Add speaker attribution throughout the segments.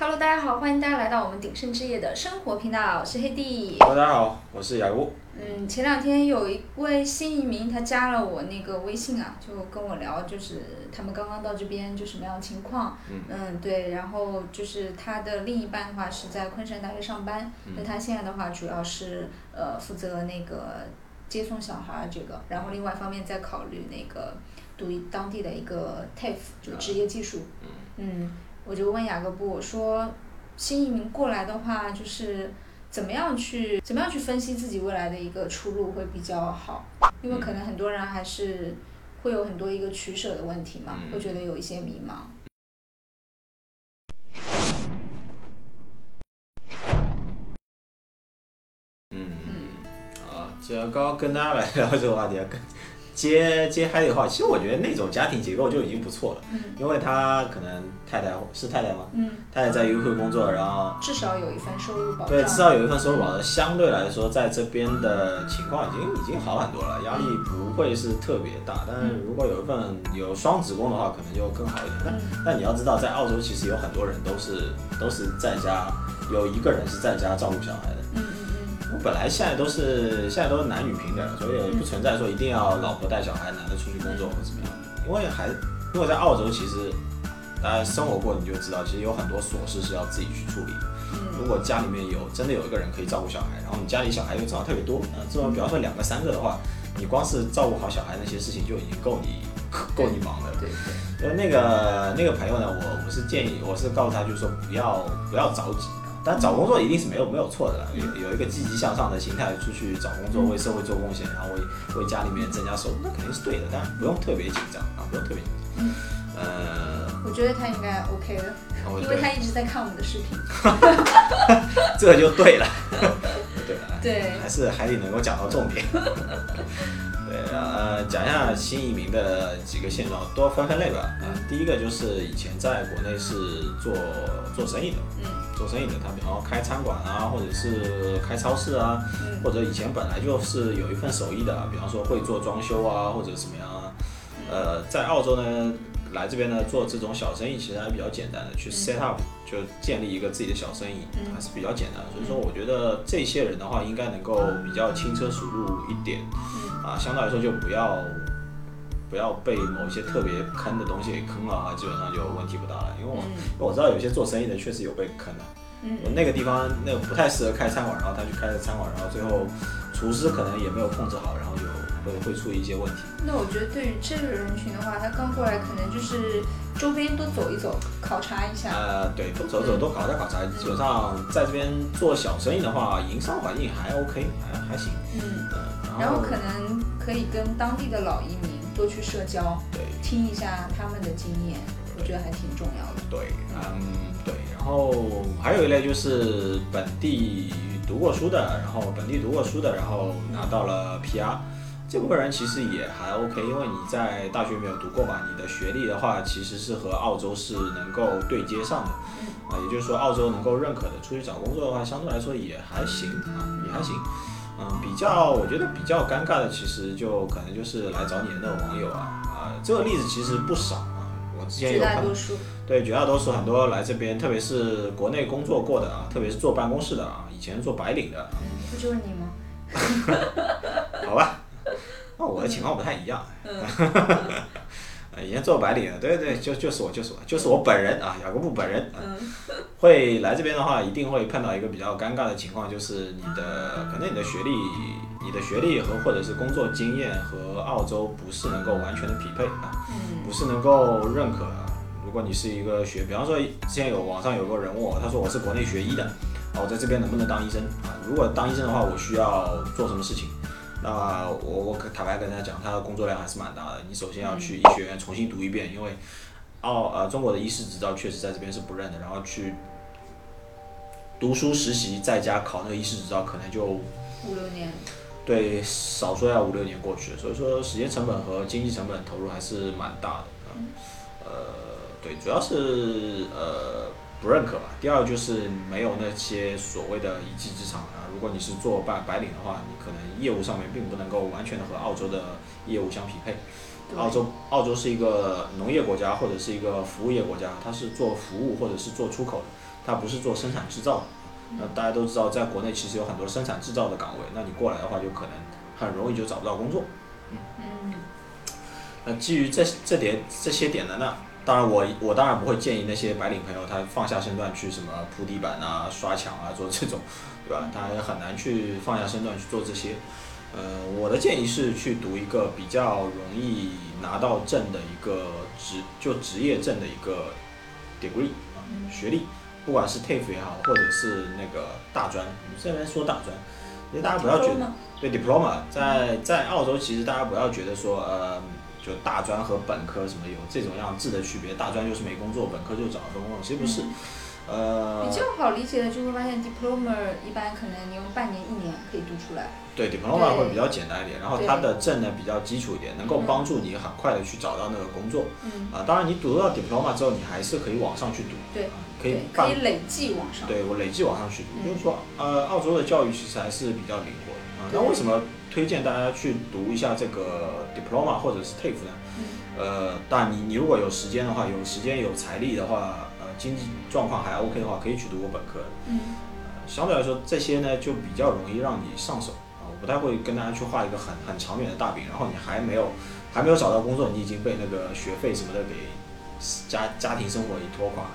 Speaker 1: Hello，大家好，欢迎大家来到我们鼎盛之夜的生活频道，我是黑弟。
Speaker 2: Hello，大家好，我是雅姑。
Speaker 1: 嗯，前两天有一位新移民，他加了我那个微信啊，就跟我聊，就是他们刚刚到这边就什么样的情况。
Speaker 2: 嗯
Speaker 1: 对，然后就是他的另一半的话是在昆山大学上班，那、他现在的话主要是呃负责那个接送小孩儿这个，然后另外一方面再考虑那个读一当地的一个 TAFE，就是职业技术。嗯，我就问雅各布，我说新移民过来的话，就是怎么样去怎么样去分析自己未来的一个出路会比较好，因为可能很多人还是会有很多一个取舍的问题嘛，
Speaker 2: 嗯
Speaker 1: 会觉得有一些迷茫。
Speaker 2: 嗯，啊，就刚刚跟大家来聊这个话题啊，跟接接嗨的话，其实我觉得那种家庭结构就已经不错了，
Speaker 1: 嗯
Speaker 2: 因为他可能太太是太太吗？
Speaker 1: 嗯，
Speaker 2: 太太在 UK 工作，然后
Speaker 1: 至少有一份收入保障。
Speaker 2: 对，至少有一份收入保障，相对来说，在这边的情况已经已经好很多了，压力不会是特别大。但是如果有一份有双职工的话，可能就更好一点。但但你要知道，在澳洲其实有很多人都是都是在家，有一个人是在家照顾小孩的。
Speaker 1: 嗯嗯
Speaker 2: 我本来现在都是现在都是男女平等，所以也不存在说一定要老婆带小孩，男的出去工作或怎么样。因为还因为在澳洲，其实大家生活过你就知道，其实有很多琐事是要自己去处理的。
Speaker 1: 嗯
Speaker 2: 如果家里面有真的有一个人可以照顾小孩，然后你家里小孩又正好特别多，呃，这种比方说两个三个的话，你光是照顾好小孩那些事情就已经够你够你忙的了
Speaker 1: 嗯，。对对，
Speaker 2: 呃，那个那个朋友呢，我我是建议，我是告诉他，就是说不要不要着急，但找工作一定是没有没有错的啦，有有一个积极向上的心态出去找工作，为社会做贡献，然后为为家里面增加收入，那肯定是对的，但不用特别紧张啊，不用特别紧张。
Speaker 1: 嗯
Speaker 2: 呃，
Speaker 1: 我觉得他应该 OK 的，
Speaker 2: 我
Speaker 1: 因
Speaker 2: 觉
Speaker 1: 为他
Speaker 2: 得
Speaker 1: 一直在看我们的视频。
Speaker 2: 这就对了， 对了，
Speaker 1: 对，
Speaker 2: 还是海底能够讲到重点。 对，呃，讲一下新移民的几个现状，多分分类吧。啊、第一个就是以前在国内是做做生意的，
Speaker 1: 嗯
Speaker 2: 做生意的，他比方开餐馆啊，或者是开超市啊，
Speaker 1: 嗯
Speaker 2: 或者以前本来就是有一份手艺的啊，比方说会做装修啊，或者怎么样啊。呃，在澳洲呢，来这边呢做这种小生意其实还比较简单的，去 set up 就建立一个自己的小生意
Speaker 1: 嗯
Speaker 2: 还是比较简单的。所以说，我觉得这些人的话应该能够比较轻车熟路一点
Speaker 1: 嗯
Speaker 2: 啊，相对来说就不要。不要被某一些特别坑的东西给坑了啊，基本上就问题不大了。因为我
Speaker 1: 嗯
Speaker 2: 我知道有些做生意的确实有被坑的，
Speaker 1: 嗯
Speaker 2: 那个地方那个不太适合开餐馆，然后他去开了餐馆，然后最后厨师可能也没有控制好，然后就会会出一些问题。
Speaker 1: 那我觉得对于这个人群的话，他刚过来可能就是周边多走一走，考察一下。
Speaker 2: 呃，对，多走走，多考察考察。基本上在这边做小生意的话，营商环境还 OK，还还行。
Speaker 1: 嗯，
Speaker 2: 嗯，
Speaker 1: 然
Speaker 2: 然
Speaker 1: 后
Speaker 2: 后
Speaker 1: 可能可以跟当地的老移民多去社交，
Speaker 2: 对
Speaker 1: 听一下他们的经验，我觉得还挺重要的。
Speaker 2: 对，嗯对，然后还有一类就是本地读过书的，然后本地读过书的，然后拿到了 PR，这部分人其实也还 OK，因为你在大学没有读过嘛，你的学历的话其实是和澳洲是能够对接上的，啊、也就是说澳洲能够认可的，出去找工作的话，相对来说也还行啊，也还行。嗯，比较我觉得比较尴尬的，其实就可能就是来找你的那种网友啊，啊、这个例子其实不少啊，我之前
Speaker 1: 绝
Speaker 2: 有
Speaker 1: 大
Speaker 2: 看
Speaker 1: 多数，
Speaker 2: 对，绝大多数很多来这边，特别是国内工作过的啊，特别是做办公室的啊，以前做白领的，
Speaker 1: 嗯，不就是你吗？
Speaker 2: 好吧？那我的情况不太一样。
Speaker 1: 嗯
Speaker 2: 呃以前做白领的，对对，就就是我，就是我，就是我本人啊，雅各布本人啊，
Speaker 1: 嗯
Speaker 2: 会来这边的话，一定会碰到一个比较尴尬的情况，就是你的可能你的学历、你的学历和或者是工作经验和澳洲不是能够完全的匹配啊。
Speaker 1: 嗯
Speaker 2: 不是能够认可的。如果你是一个学，比方说之前有网上有个人问我，他说我是国内学医的，啊，我在这边能不能当医生啊？如果当医生的话，我需要做什么事情？那呃我我坦白跟他讲，他的工作量还是蛮大的。你首先要去医学院重新读一遍，因为澳呃中国的医师执照确实在这边是不认的，然后去读书实习，在家考那个医师执照，可能就
Speaker 1: 五六年，
Speaker 2: 对，少说要五六年过去，所以说时间成本和经济成本投入还是蛮大的。嗯呃，对，主要是呃不认可吧。第二就是没有那些所谓的一技之长啊。如果你是做白白领的话，你可能业务上面并不能够完全的和澳洲的业务相匹配。
Speaker 1: 对
Speaker 2: 澳洲澳洲是一个农业国家或者是一个服务业国家，它是做服务或者是做出口的，它不是做生产制造的。那大家都知道，在国内其实有很多生产制造的岗位，那你过来的话，就可能很容易就找不到工作。
Speaker 1: 嗯
Speaker 2: 那呃基于这这点这些点呢，那当然我我当然不会建议那些白领朋友他放下身段去什么铺地板啊、刷墙啊做这种，对吧？他也很难去放下身段去做这些。呃，我的建议是去读一个比较容易拿到证的一个职，就职业证的一个 degree 啊
Speaker 1: 嗯
Speaker 2: 学历，不管是 TAFE 也好，或者是那个大专，这边说大专，因为大家不要觉得
Speaker 1: Diploma
Speaker 2: 对 diploma 在在澳洲，其实大家不要觉得说呃，就大专和本科什么有这种样质的区别，大专就是没工作，本科就找到份工作，其实不是，呃
Speaker 1: 嗯比，较好理解的就会发现，diploma 一般可能你用半年、一年可以读出来。
Speaker 2: 对 diploma
Speaker 1: 对
Speaker 2: 会比较简单一点，然后
Speaker 1: 对
Speaker 2: 它的证呢比较基础一点，能够帮助你很快的去找到那个工作
Speaker 1: 嗯，
Speaker 2: 啊、当然，你读到 diploma 之后，你还是可以往上去读，
Speaker 1: 对
Speaker 2: 啊，可以
Speaker 1: 对，
Speaker 2: 办
Speaker 1: 可以累计往上。
Speaker 2: 对我累计往上去读，
Speaker 1: 嗯
Speaker 2: 就是说，呃，澳洲的教育其实还是比较灵活的啊。那
Speaker 1: 对
Speaker 2: 为什么推荐大家去读一下这个 diploma 或者是 TAFE 呢？
Speaker 1: 嗯
Speaker 2: 呃，但你你如果有时间的话，有时间有财力的话，呃，经济状况还 OK 的话，可以去读我本科。
Speaker 1: 嗯
Speaker 2: 相对来说，这些呢就比较容易让你上手啊。我不太会跟大家去画一个很很长远的大饼，然后你还没有还没有找到工作，你已经被那个学费什么的给家家庭生活给拖垮了。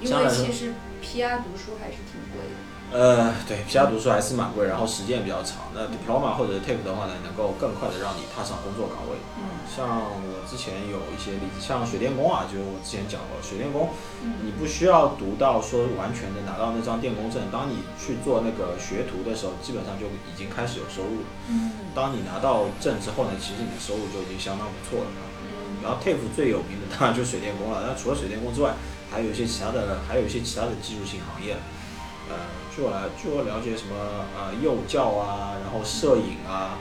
Speaker 1: 因为其实 PR 读书还是挺贵的。
Speaker 2: 呃，对，其他读书还是蛮贵，然后时间也比较长。那 diploma 或者 TAFE 的话呢，能够更快的让你踏上工作岗位。
Speaker 1: 嗯
Speaker 2: 像我之前有一些例子，像水电工啊，就是我之前讲过，水电工
Speaker 1: 嗯
Speaker 2: 你不需要读到说完全的拿到那张电工证，当你去做那个学徒的时候，基本上就已经开始有收入了。
Speaker 1: 嗯
Speaker 2: 当你拿到证之后呢，其实你的收入就已经相当不错了。
Speaker 1: 嗯
Speaker 2: 然后 TAFE 最有名的当然就是水电工了，那 除了水电工之外，还有一些其他的，还有一些其他的技术性行业。呃，据我来据我了解，什么呃幼教啊，然后摄影啊，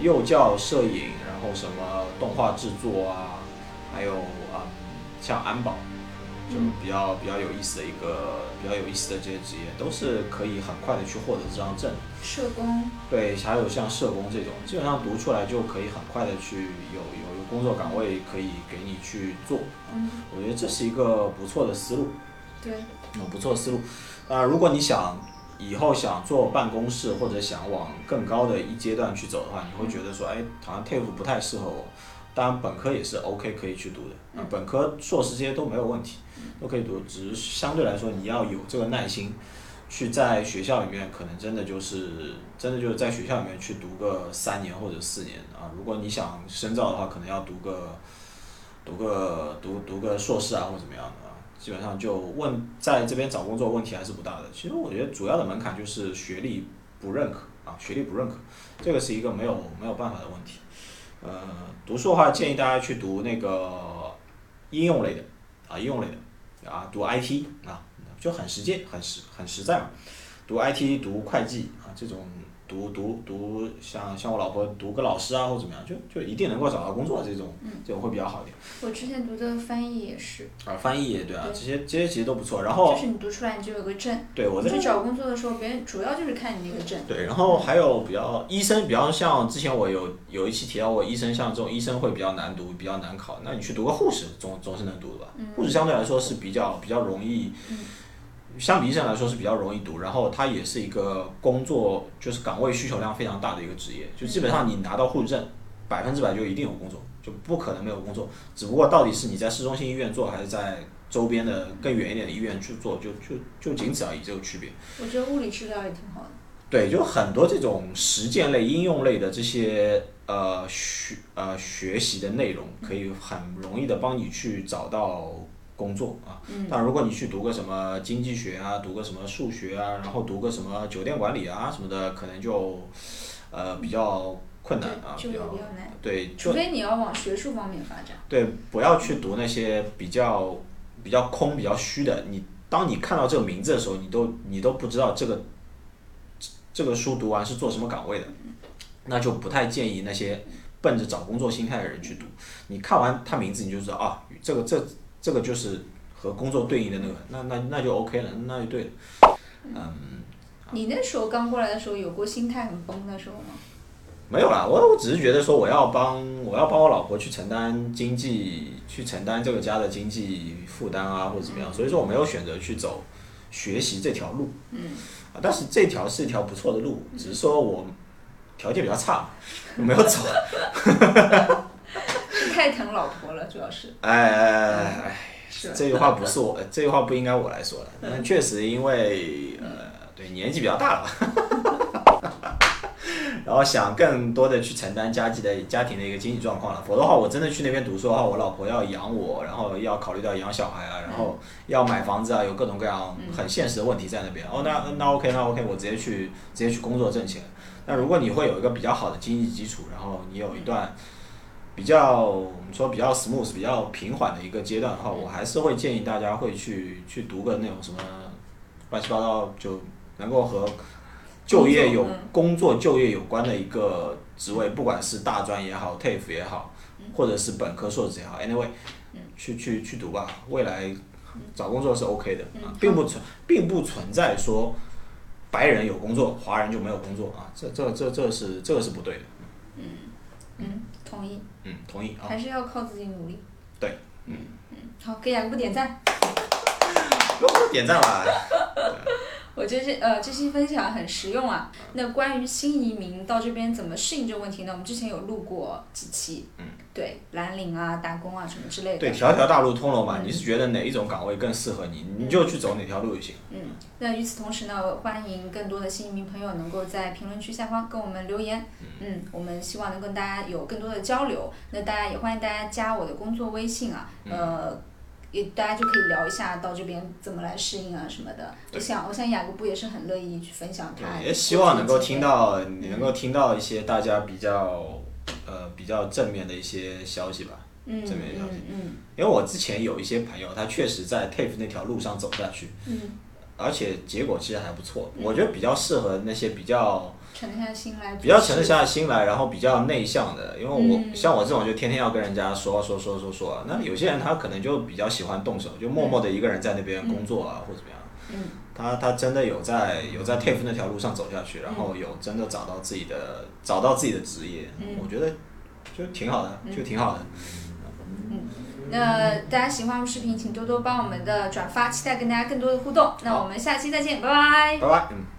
Speaker 2: 幼教摄影，然后什么动画制作啊，还有啊、像安保，就
Speaker 1: 嗯
Speaker 2: 比较比较有意思的一个比较有意思的这些职业，都是可以很快的去获得这张证的。
Speaker 1: 社工。
Speaker 2: 对，还有像社工这种，基本上读出来就可以很快的去有有有工作岗位可以给你去做，
Speaker 1: 嗯，
Speaker 2: 我觉得这是一个不错的思路，
Speaker 1: 对，
Speaker 2: 嗯，不错的思路。啊、如果你想以后想做办公室或者想往更高的一阶段去走的话，你会觉得说，哎，好像 TAFE 不太适合我。当然，本科也是 OK 可以去读的，啊、本科、硕士这些都没有问题，都可以读，只是相对来说你要有这个耐心。去在学校里面，可能真的就是真的就是在学校里面去读个三年或者四年啊。如果你想深造的话，可能要读个读个读读个硕士啊，或怎么样的啊。基本上就问在这边找工作问题还是不大的。其实我觉得主要的门槛就是学历不认可啊，学历不认可，这个是一个没有没有办法的问题。呃，读书的话建议大家去读那个应用类的啊，应用类的啊，读 IT 啊，就很实践，很实很实在嘛。读 IT 读会计啊，这种读读读像像我老婆读个老师啊或怎么样，就就一定能够找到工作这种这种会比较好一点。
Speaker 1: 我之前读的翻译也是，
Speaker 2: 啊，翻译也对啊，
Speaker 1: 对
Speaker 2: 这些这些其实都不错。然
Speaker 1: 就
Speaker 2: 后
Speaker 1: 是你读出来你就有个证，
Speaker 2: 对我
Speaker 1: 你
Speaker 2: 在
Speaker 1: 去找工作的时候，别人主要就是看你那个证。
Speaker 2: 对，然后还有比较医生，比较像之前我有有一期提到过，医生像这种医生会比较难读，比较难考。那你去读个护士，总总是能读的吧？护士相对来说是比较比较容易，相比医生来说是比较容易读，然后它也是一个工作就是岗位需求量非常大的一个职业，就基本上你拿到护士证，百分之百就一定有工作，就不可能没有工作。只不过到底是你在市中心医院做，还是在周边的更远一点的医院去做，就就就仅此而已，这个区别。
Speaker 1: 我觉得物理治疗也挺好的。
Speaker 2: 对，就很多这种实践类、应用类的这些呃学呃学习的内容，可以很容易的帮你去找到工作啊。
Speaker 1: 嗯
Speaker 2: 但如果你去读个什么经济学啊，读个什么数学啊，然后读个什么酒店管理啊什么的，可能就呃比较困难啊，
Speaker 1: 对
Speaker 2: 比较
Speaker 1: 就会比较难
Speaker 2: 对，就
Speaker 1: 除非你要往学术方面发展。
Speaker 2: 对，不要去读那些比较比较空、比较虚的。你当你看到这个名字的时候，你都你都不知道这个这这个书读完是做什么岗位的，那就不太建议那些奔着找工作心态的人去读。你看完他名字，你就知道啊，这个这这个就是和工作对应的那个，那那那就 OK 了，那就对了。啊
Speaker 1: 你那时候刚过来的时候，有过心态很崩的时候吗？
Speaker 2: 没有啦，我我只是觉得说我要帮我要帮我老婆去承担经济，去承担这个家的经济负担啊，或者怎么样，所以说我没有选择去走学习这条路
Speaker 1: 嗯
Speaker 2: 啊，但是这条是一条不错的路，只是说我条件比较差，没有走。
Speaker 1: 是太疼老婆了，主要是
Speaker 2: 哎哎哎哎哎，
Speaker 1: 是
Speaker 2: 这句话不是我， 这句话不应该我来说的。但确实因为呃，对年纪比较大了， 然后想更多的去承担家计的家庭的一个经济状况了。否则的话，我真的去那边读书的话，我老婆要养我，然后要考虑到养小孩啊，然后要买房子啊，有各种各样很现实的问题在那边。哦，那那 OK，那 OK，我直接去直接去工作挣钱。那如果你会有一个比较好的经济基础，然后你有一段比较我们说比较 smooth、比较平缓的一个阶段的话，我还是会建议大家会去去读个那种什么乱七八糟就能够和就业有
Speaker 1: 工作嗯
Speaker 2: 工作就业有关的一个职位，不管是大专也好、TAFE E 也好，
Speaker 1: 嗯
Speaker 2: 或者是本科、硕士也好，anyway，去去去读吧，未来找工作是 OK 的，啊并不存并不存在说白人有工作，华人就没有工作啊，这这这这是这个是不对的，
Speaker 1: 嗯，同意，
Speaker 2: 嗯，同意啊。
Speaker 1: 还是要靠自己努力。
Speaker 2: 对，
Speaker 1: 嗯，好，给雅各布点赞。
Speaker 2: 给我点赞吧。
Speaker 1: 我觉得这呃这期分享很实用啊。那关于新移民到这边怎么适应这个问题呢？我们之前有录过几期，
Speaker 2: 嗯，
Speaker 1: 对，蓝领啊、打工啊什么之类的。
Speaker 2: 对，条条大路通罗马，你是觉得哪一种岗位更适合你，你就去走哪条路就行。
Speaker 1: 嗯，那与此同时呢，欢迎更多的新移民朋友能够在评论区下方跟我们留言。嗯，我们希望能跟大家有更多的交流。那大家也欢迎大家加我的工作微信啊，
Speaker 2: 嗯
Speaker 1: 呃，也大家就可以聊一下到这边怎么来适应啊什么的。我
Speaker 2: 对
Speaker 1: 想，我想雅各布也是很乐意去分享他。
Speaker 2: 对，也希望能够听。到你能够听到一些大家比较呃比较正面的一些消息吧。
Speaker 1: 嗯
Speaker 2: 这边也
Speaker 1: 嗯
Speaker 2: 了解
Speaker 1: 嗯
Speaker 2: 因为我之前有一些朋友，他确实在 TAFE 那条路上走下去，
Speaker 1: 嗯，
Speaker 2: 而且结果其实还不错。我觉得比较适合那些比较
Speaker 1: 沉得下心来。
Speaker 2: 比较沉得。下心来，然后比较内向的，因为我、
Speaker 1: 嗯
Speaker 2: 像我这种就天天要跟人家说说说说说，那有些人他可能就比较喜欢动手，就默默的一个人在那边工作啊、或者怎么样。
Speaker 1: 嗯
Speaker 2: 他他真的有在有在 TAFE 那条路上走下去，然后有真的找到自己的找到自己的职业，
Speaker 1: 嗯
Speaker 2: 我觉得就挺好的，就挺好的。
Speaker 1: 那大家喜欢我们视频，请多多帮我们的转发，期待跟大家更多的互动。那
Speaker 2: 好
Speaker 1: 我们下期再见，拜拜。
Speaker 2: 拜拜，嗯。